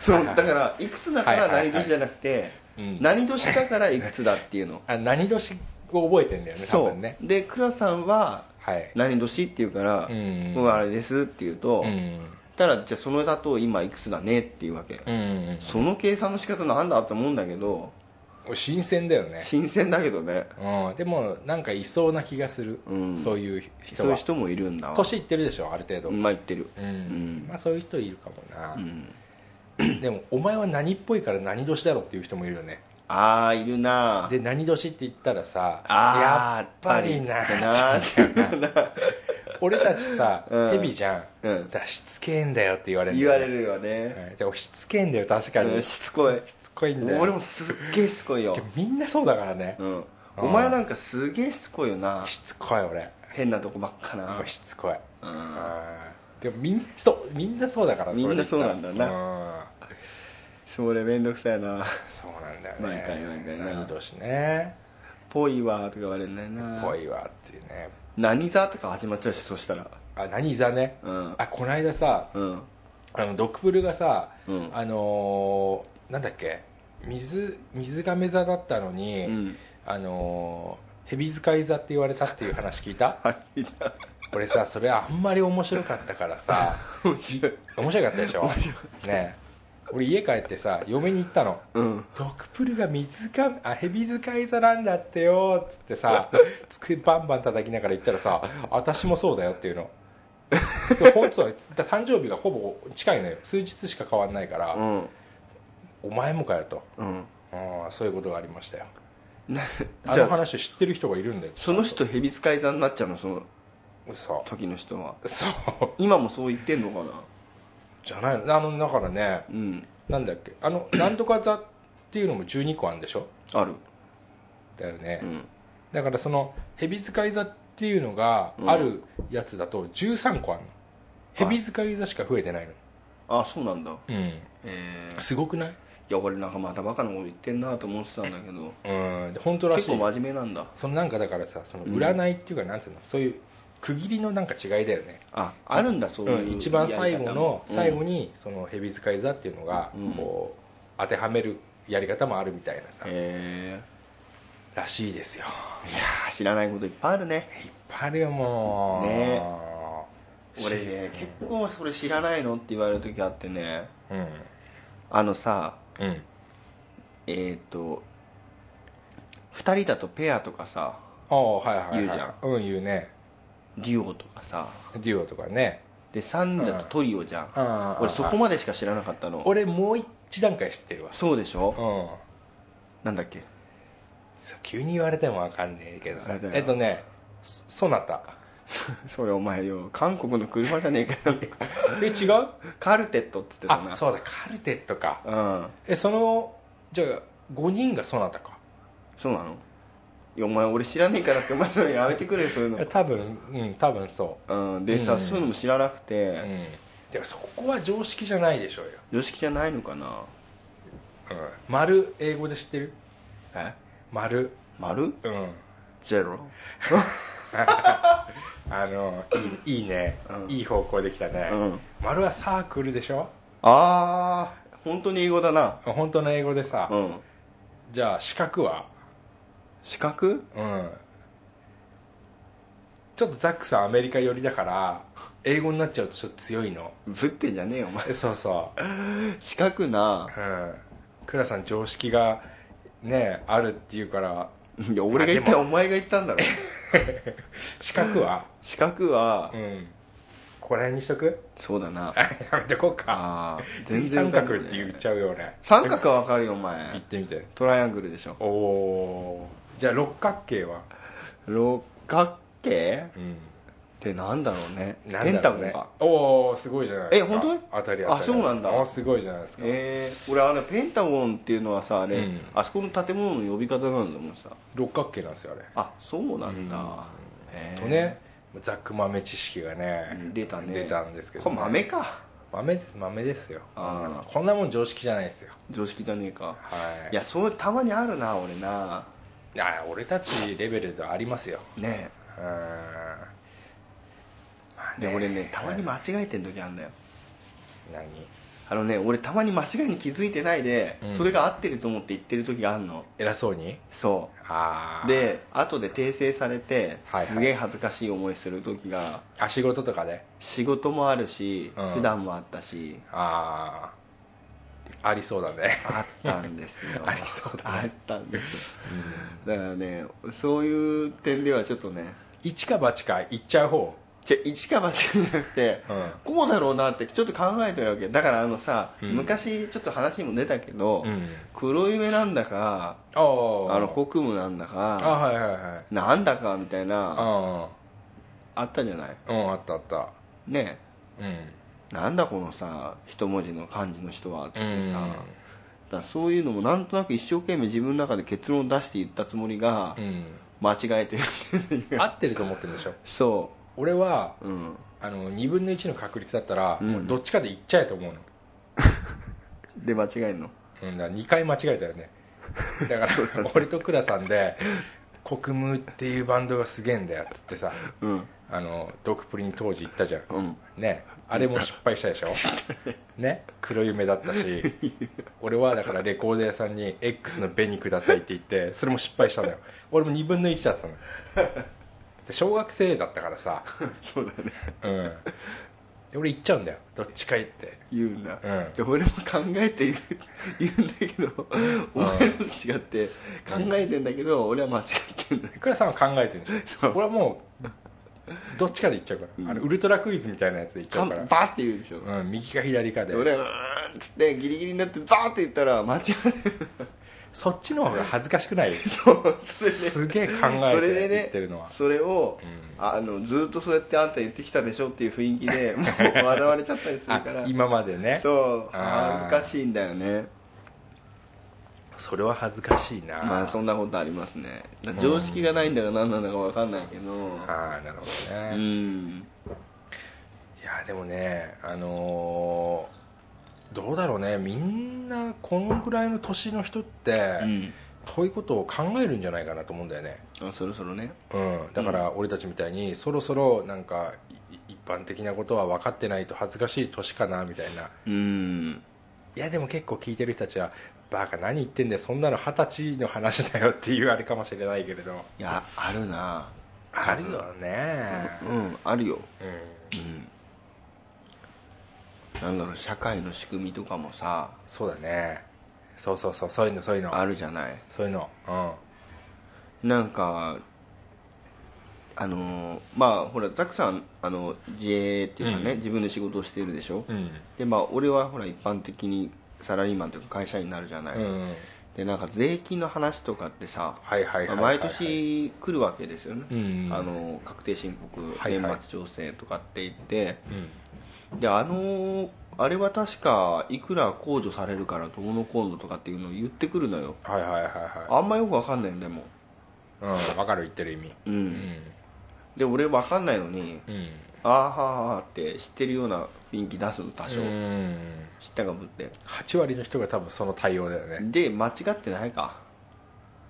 そのだからいくつだから何年じゃなくてうん何年だからいくつだっていうのあ何年を覚えてん [LAUGHS] だよね多そ分ねうで倉さんははい何年って言うからう、ん僕はあれですって言うと、うんたらじゃあそれだと今いくつだねっていうわけ、うんその計算の仕方なんだと思うんだけど新鮮だよね新鮮だけどね、うんでもなんかいそうな気がするうん、そうういう人そういうは人もいるんだわ年いってるでしょある程度まあ言ってる、ううんんまあそういう人いるかもなうん、でもお前は何っぽいから何年だろうっていう人もいるよねああいるなで何年って言ったらさあやーっぱりなやっぱりなってな俺たちさ [LAUGHS] うん蛇じゃん [LAUGHS] うん、だしつけえんだよって言われるん言だわよれねるよね、はいでもしつけえんだよ確かうにんししつこいつこいんだよ俺もすっげえしつこいよでも、みんなそうだからねうん、ーお前なんかすげえしつこいよなしつこい俺変なとこばっかなもうしつこいうんあーでもみんなそうみんなそうだからみんなそうなんだななそれめんどくさいなそうなんだよね毎回毎回な何年ねぽいわとか言われるんだよなぽいわっていうね何座とか始まっちゃうしそしたらあ何座ねうんあこの間さうんあのドクブルがさうんあのーなんだっけ水水亀座だったのに、うんあのー蛇使い座って言われたっていう話聞いた [LAUGHS] はい俺さそれあんまり面白かったからさ [LAUGHS] 面白い面白かったでしょねえ俺家帰ってさ嫁に行ったのうんドクプルが水かあ蛇使い座なんだってよっつってさ [LAUGHS] 机バンバン叩きながら言ったらさ私もそうだよっていうの [LAUGHS] そうほんとだ誕生日がほぼ近いのよ数日しか変わんないから、うんお前もかよとうんああそういうことがありましたよなあじのゃあ話を知ってる人がいるんだよその人蛇使い座になっちゃうのその嘘時の人はそう今もそう言ってんのかなじゃないのあのだからねうんなんだっけあ [COUGHS] のなんとか座っていうのも12個あるんでしょあるだよね、うんだからその蛇使い座っていうのがあるやつだと13個あるの蛇使い座しか増えてないの、あそうなんだうんすごくないいや俺なんかまたバカなこと言ってんなと思ってたんだけどうんで本当らし結い構真面目なんだそのなんかだからさその占いっていうかなんていうの、そういう区切りのなんか違いだよね、ああるんだそうういん、う一番最後のやり方も最後にその蛇使い座っていうのがうんこう当てはめるやり方もあるみたいなさうんへらしいですよえいやー知らないこといっぱいあるねいっぱいあるよもうね俺ね結構それ知らないのって言われる時あってねうんあのさうんえっ、と2人だとペアとかさああはいはい、はい、言うじゃんうん言うねデュオとかさデュオとかねで3人だとトリオじゃん、あ俺そこまでしか知らなかったの俺もう一段階知ってるわそうでしょ、うんなんだっけ [LAUGHS] そう急に言われてもわかんねえけどあされだよえっとねそそなたそれお前よ韓国の車じゃね [LAUGHS] えかよで [LAUGHS] 違うカルテットっつってたなあそうだカルテットかうんえそのじゃあ5人がそなたかそうなのいやお前俺知らねえからってお前それやめてくれよそういう多分うん多分その、うん、でさ、うんそういうのも知らなう、くうてん、でもそこは常識じゃないでしょうよ、常識じゃないのかなうん、丸英語で知ってるえ丸丸うんゼロあのいいいいね、うんいい方向できたね、うん丸はサークルでしょああ本当に英語だな本当の英語でさ、うんじゃあ四角は四角うんちょっとザックさんアメリカ寄りだから英語になっちゃうとちょっと強いのぶってんじゃねえよお前 [LAUGHS] えそうそう四角なうん倉さん常識がねあるっていうからいや俺が言ったで [LAUGHS] らもお前が言ったんだろ四角は四角はうんここら辺にしとく [LAUGHS] そうだなやめとこうかあー全全然然三わかん角ないって言っちゃうよ俺三角はわかるよお言っ前てみてトライアングルでしょおおーじゃあ六角形は六角形うんってなんだろうねなんペだンタろうゴンねかおおすごいじゃないですかえ本当当たり当たりあそうなんだあすごいじゃないですかえー、俺あれペンタゴンっていうのはさあれ、うんあそこの建物の呼び方なんだもんさ六角形なんですよあれあそうなんだ、うんへーとねざっく豆知識がね、うん出たね出たんですけどこね、れ豆か豆です豆ですよあこんなもん常識じゃないですよ常識じゃねえかはいいやそうたまにあるな俺ないや俺たちレベルではありますよねうんまあえで俺ねたまに間違えてる時あるんだよ何あのね俺たまに間違いに気づいてないで、うんそれが合ってると思って言ってる時があるの偉そうにそあうあで後で訂正されてはいはいすげえ恥ずかしい思いする時が、あ仕事とかで仕事もあるし、うん普段もあったしああありそうだねあったんです [LAUGHS] よありそうだねあったんですよだからねそういう点ではちょっとね一か八か行っちゃう方じゃ一か八かじゃなくて、うんこうだろうなってちょっと考えてるわけだからあのさ、うん昔ちょっと話にも出たけど、うん黒夢なんだかあああの国務なんだあかはいはいはいなんだかみたいなああったじゃないあうんあったあったねうんなんだこのさ一文字の漢字の人はってさ、うんだからそういうのもなんとなく一生懸命自分の中で結論を出して言ったつもりがうん間違えてるっていう、合ってると思ってるんでしょそ俺はううんあの2分の1の確率だったら、うんもうどっちかで行っちゃえと思うの、で間違えるのうん、だから2回間違えたよねだから俺と倉さんで「国務っていうバンドがすげえんだよ」っつってさうんあのドクプリに当時行ったじゃんうんねあれも失敗したでしょね黒夢だったし俺はだからレコード屋さんに「X の紅ください」って言ってそれも失敗したのよ俺も2分の1だったので小学生だったからさそうだねうんで俺行っちゃうんだよどっちか行って言うんだ、うんで俺も考えて言う [LAUGHS] 言うんだけどお前のと違って考えてんだけど俺は間違ってんだよ倉さんは考えてるんでしょそう俺はもうどっちかで行っちゃうから、うんあのウルトラクイズみたいなやつで行っちゃかうんかバらーって言うでしょ、うん、右か左かでで俺はうーんっつってギリギリになってバーって言ったら間違えそっちの方が恥ずかしくない [LAUGHS] そうそれですげえ考それえでてね言ってるのは、それを、うんあのずっとそうやってあんた言ってきたでしょっていう雰囲 [LAUGHS] 気でもう笑われちゃったりするからあ今までねそうあー恥ずかしいんだよねそれは恥ずかしいな、まあそんなことありますねだから常識がないんだか何なんだか分かんないけどああなるほどね、ういんやでもねあのーどうだろうねみんなこのぐらいの年の人って、うんこういうことを考えるんじゃないかなと思うんだよねあそろそろねうん、だから俺たちみたいにそろそろなんかい一般的なことは分かってないと恥ずかしい年かなみたいなうんいやでも結構聞いてる人たちはバカ何言ってんだよそんなの二十歳の話だよっていうあれかもしれないけれどいやあるなあるよねうんあるようんうんなんだろう社会の仕組みとかもさそうだねそうそうそうそういうのそういうのあるじゃないそういうのなんかあのーまあほらザックさんあの自営っていうかね、うん自分で仕事をしてるでしょ、うんでまあ俺はほら一般的にサラリーマンというか会社員になるじゃない、うん、うん、でなんか税金の話とかってさ、はいはいはいはいはいまあ毎年来るわけですよね、うんあの確定申告はいはい年末調整とかって言って、うんであのーあれは確かいくら控除されるからどうのこうのとかっていうのを言ってくるのよはいはいはいはあんまよくわかんないのでもいうん分かる言ってる意味ううんんで俺わかんないのにうんあーはーはーって知ってるような雰囲気出すの多少、うん知ったかぶって8割の人が多分その対応だよねで間違ってないか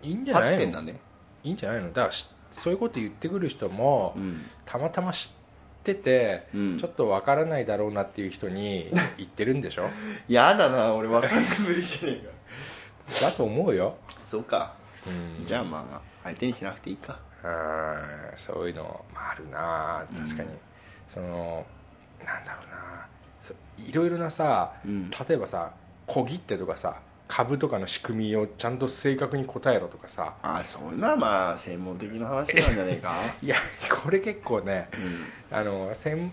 いいんじ立ゃなっていんのだねいいんじゃないのだからしそういうこと言ってくる人も、うんたまたま知ってて、うんちょっとわからないだろうなっていう人 [LAUGHS] に言ってるんでしょやだな俺わかんないぶりしてねえだと思うよ、かそうかうん、じゃあまあ相手にしなくていいかあーそういうのまああるな確かに、うんそのなんだろうなそいろいろなさ、うん例えばさ小切手とかさ株とかの仕組みをちゃんと正確に答えろとかさあーそんなま [LAUGHS] あ専門的な話なんじゃねえかいやこれ結構ねうんあの専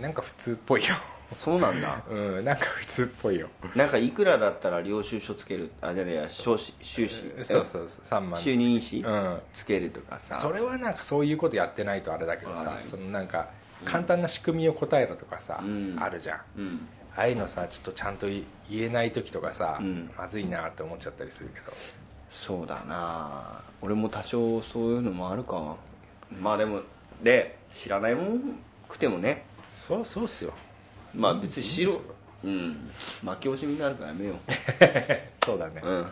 なんか普通っぽいよ [LAUGHS] そうなんだうんなんか普通っぽいよなんかいくらだったら領収書つけるあじゃねえや少子収支そうそうそう3万収入印紙うんつけるとかさそれはなんかそういうことやってないとあれだけどさはいそのなんか簡単な仕組みを答えろとかさ、うんあるじゃんあうんあいうのさちょっとちゃんと言えない時とかさ、うんまずいなって思っちゃったりするけどそうだな俺も多少そういうのもあるかまあでもで知らないもんくてもねそうそうっすよまあ別に白うん負け惜しみになるからやめよそうだね、 [LAUGHS] う、うん、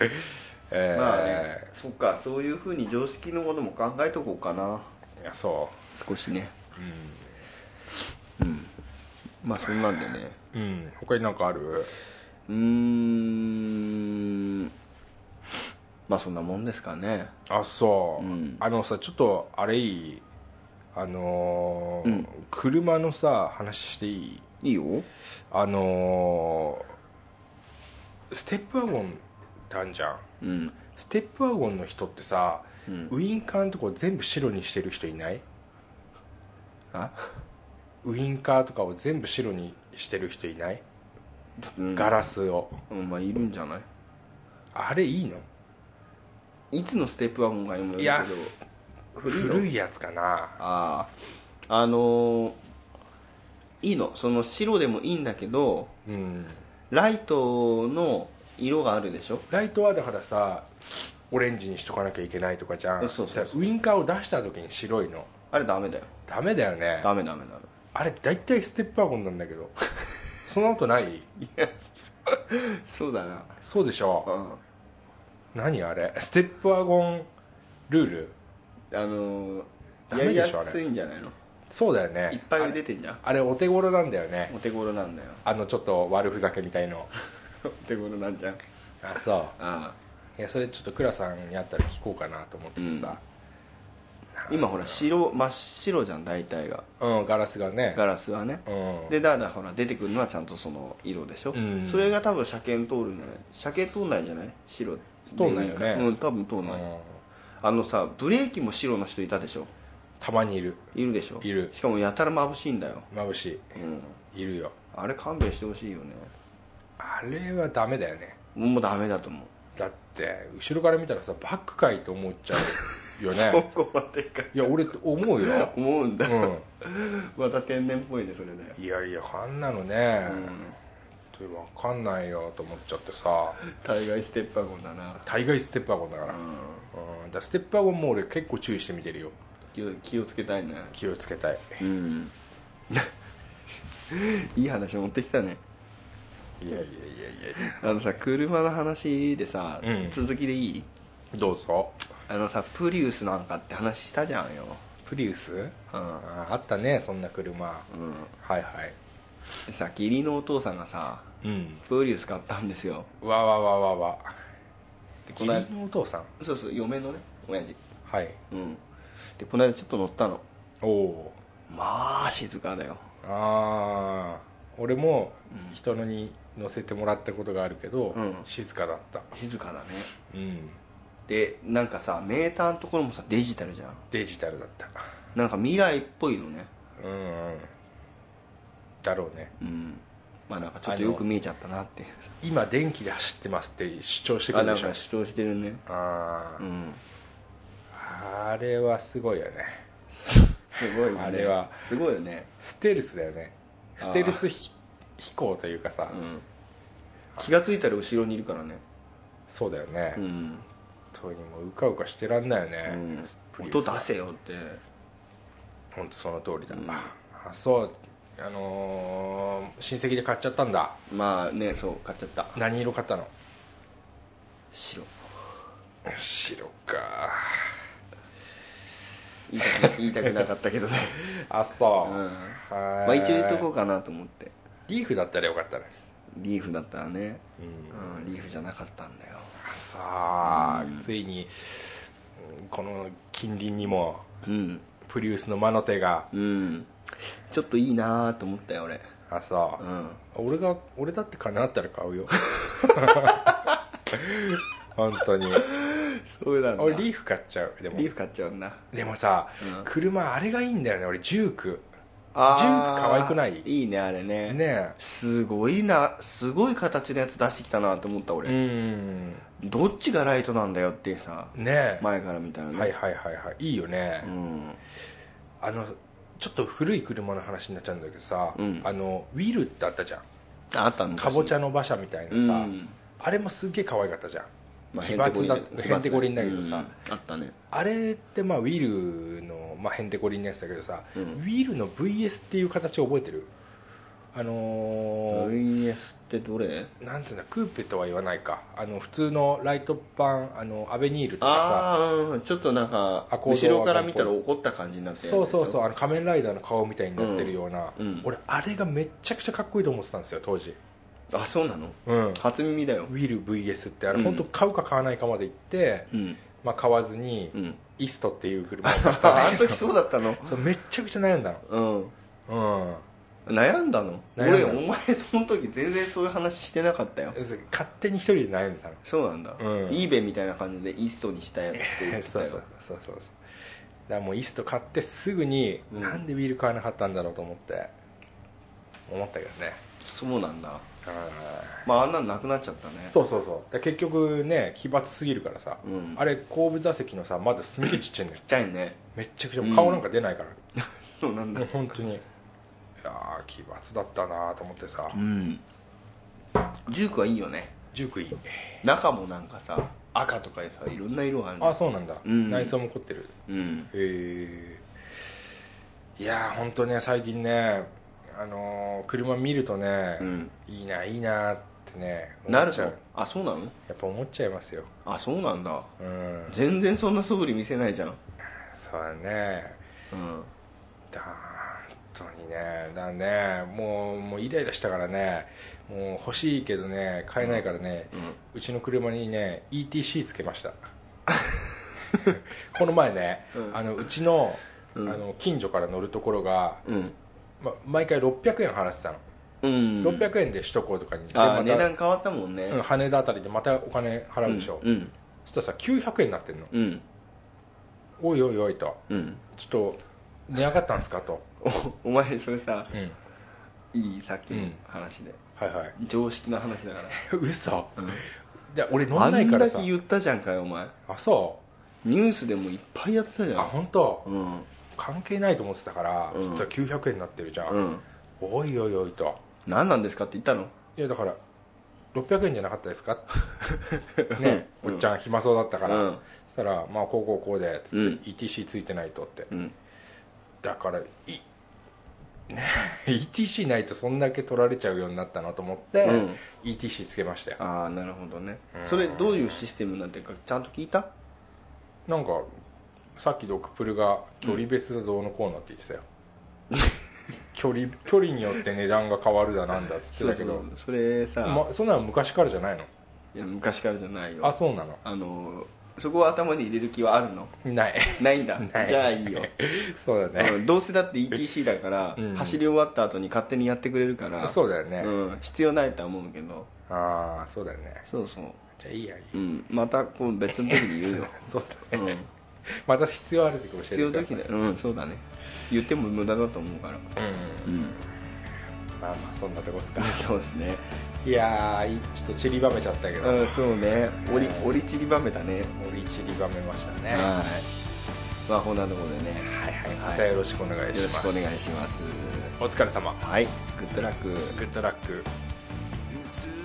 えーまあねそっかそういうふうに常識のことも考えとこうかないやそ少しねううんまあそんなんでねうん、うん、他になんかあるうーんまあそんなもんですかねあそう、うんあのさちょっとあれいいあのーうん車のさ話していいいいよあのーステップワゴンってあんじゃんうん、ステップワゴンの人ってさうんウインカーのとこ全部白にしてる人いないあウインカーとかを全部白にしてる人いないうんガラスをうんまあいるんじゃないあれいいのいつのステップワゴンかにもいよやるけど古いの古いやつかなあああのーいいのその白でもいいんだけどうんライトの色があるでしょライトはだからさオレンジにしとかなきゃいけないとかじゃんそうそうそうじゃあウインカーを出した時に白いのあれダメだよダメだよねダメダメダメあれ大体ステップワゴンなんだけど [LAUGHS] その後ないいやそうだなそうでしょう何あれステップワゴンルールんあのーダやメりでやしょあれすいんじゃないのそうだよいっねぱい出てんじゃんあれお手頃なんだよねお手頃なん [LAUGHS] だよあのちょっと悪ふざけみたいのお手頃なんじゃんあそああういやそれちょっと倉さんに会ったら聞こうかなと思っててさ、今ほら白真っ白じゃん大体がうんガラスがねガラスはねうんでだからほら出てくるのはちゃんとその色でしょ、うんそれが多分車検通るんじゃない車検通んないんじゃない白通んないよねうん多分通うんない、んあのさブレーキも白の人いたでしょたまにいるいるでしょいるしかもやたら眩しいんだよ、眩しうん、いいるよあれ勘弁してほしいよねあれはダメだよねもうダメだと思だって後ろから見たらさバックかいと思っちゃうよう、 [LAUGHS] そねこまでかいや俺思うよ、 [LAUGHS] 思うんだ、うまた天然っぽいねそれね、ん、いやいやあんなのね、うん、う分かんないよと思っちゃってさ大概ステップワゴンだな、大概ステップワゴンだから、うんうん、だからステップワゴンも俺結構注意して見てるよ気を気をつけたいね気をつけたいうん [LAUGHS] いい話持ってきたねいやいやいやいやあのさ車の話でさ、うん続きでいいどうぞあのさプリウスなんかって話したじゃんよプリウスうん、ああったねそんな車うん、はいはいでさ義理のお父さんがさうんプリウス買ったんですよわわわわわでこ義の間理のお父さんそうそう嫁のね親父はいうんでこの間ちょっと乗ったのおおまあ静かだよああ俺もうん人のに乗せてもらったことがあるけど、うん静かだった静かだねうんでなんかさメーターのところもさデジタルじゃんデジタルだったなんか未来っぽいのねうんうんだろうねうんまあなんかちょっとよく見えちゃったなって今電気で走ってますって主張してくあるなでんしょか主張してるねあうーんあれはすごいよねすごいよねあれはすごいよねステルスだよねあーステルスひ飛行というかさ、うん気がついたら後ろにいるからねそうだよね、う本ん、当にもううかうかしてらんないようね、んプリウ音ス出せよって本当その通りだ、うんあそうあのー親戚で買っちゃったんだまあねそう買っちゃった何色買ったの白白か言いたく言いたくな [LAUGHS] かったけどねあうそんう、ままあ一応言っとこうかなと思ってリーフだったらよかったねリーフだったらね、うん、うん、リーフじゃなかったんだよさあ、うんついにうんこの近隣にもうんプリウスの魔の手がうんちょっといいなと思ったよ俺あそうう、ん俺が俺だって金あったら買 [LAUGHS] うよ本当にそうなんだ俺リーフフ買っちゃうでもリーフ買っちゃうんだでもさ、うん車あれがいいんだよね俺ジュークあージンク可愛くないいいねあれねねすごいなすごい形のやつ出してきたなって思ったえ俺、んねどっちがライトなんだよってさえ前から見たらね、はいはいはいはいいいよね、うん、あのちょっと古い車の話になっちゃうんだけどさ、うんあのウィルってあったじゃんあったんだかぼちゃの馬車みたいなさ、うんあれもすっげえ可愛かったじゃんまあ奇抜だ奇抜へんてこりんだけどさうんあったねあれってまあウィルの、まあ、ヘンテコリンのやつだけどさ、うんウィルの VS っていう形覚えてるあのー VS ってどれなんつうんだクーペとは言わないかあの普通のライト版あのアベニールとかああーうんちょっとなんかあ行動は後ろから見たら怒った感じになっさてるそうそうそううあの仮面ライダーの顔みたいになってるような、うん俺あれがめちゃくちゃかっこいいと思ってたんですよ当時、あそうなのうん、初耳だよウィル VS ってあれうん本当買うか買わないかまで行って、うんまあ、買わずに [LAUGHS] うんイストっていう車を買った [LAUGHS] ああの時そうだったのそうめっちゃくちゃ悩んだうんの悩んだの悩ん俺だおの前その時全然そういう話してなかったようん勝手に一人で悩んでた [LAUGHS] のそうなんだ、うんイーベみたいな感じでイーストにしたやつって言ってそたうよそうそうそうそうだからもうイスト買ってすぐに、うんなんでウィル買わなかったんだろうと思って思ったけどねそうなんだうんまああんなのなくなっちゃったねそうそうそうで結局ね奇抜すぎるからさ、うんあれ後部座席のさまだすんげえちっちゃいんだよちっちゃいねめっちゃくちゃ顔なんか出ないから、そうなんだもう本当にいやー奇抜だったなーと思ってさ、うんジュークはいいよね19位中もなんかさ赤とかでさいろんな色があるのあそうなんだ、うん内装も凝ってるうんへえいやー本当ね最近ねあのー車見るとね、うんいいないいなーってね思なっるちじゃゃうんあそうなのやっぱ思っちゃいますよあそうなんだうん全然そんな素振り見せないじゃんそうだねうんだ本当にねだねもうもうイライラしたからねもう欲しいけどね買えないからね、うちの車にね ETC つけましたこの前ね、うんあのうちの,、うんあの近所から乗るところが、うんま、毎回600円払ってたの、うん600円で首都高とかに行ってあーま値た段変わったもんねうん羽田あたりでまたお金払うでしょ、うんそしたらさ900円になってんのうんおいおいおいとうんちょっと値上がったんですかと、おお前それさうん、いいさっきうのん話ではいはい [LAUGHS] 常識の話だから嘘うんいや俺飲あんないんからださけ言ったじゃんかよお前あそニュースでもいっぱいやってたじうゃあん本当うん関係ないと思ってたから、うんちょっと900円になってるじゃん、うんおいおいおいと何なんですかって言ったのいやだから600円じゃなかったです [LAUGHS] かねうおんっちゃん暇そうだったから、うんそしたら「まあこうこうこうで」つって、うん ETC ついてないと」ってうんだからいね [LAUGHS] ETC ないとそんだけ取られちゃうようになったなと思って、うん ETC つけましたよああなるほどねうんそれどういうシステムなんていうかちゃんと聞いたなんかさっきドクプルが距離別でどうのこうのって言 [LAUGHS] ってたよ、距離距離によって値段が変わるだなんだっつってたけどそうそうそれさ、ま、そんなの昔からじゃないのいや昔からじゃないよあそうなのあのそこは頭に入れる気はあるのない [LAUGHS] ないんだないじゃあいいよ、 [LAUGHS] そうだね、うんどうせだって ETC だから、 [LAUGHS] うん走り終わった後に勝手にやってくれるからそうだよね、うん、必要ないとは思うけどああそうだよねそうそう、じゃあいいやいいやうん、またこう別の時に [LAUGHS] 言うよそうだね、うんまた必要ある時教えて必要ください時だよ、うん、そうだね言っても無駄だと思うからうんうん [LAUGHS] まあまあそんなとこっすかそうですねいやーいちょっと散りばめちゃったけど、うんそうね折り折り散りばめたね盛り散りばめましたねははいまあこんなところでねいはいはいまたよろしくお願いしよろしまくす、お願いしますお疲れ様はいグッドラックグッドラック Mr.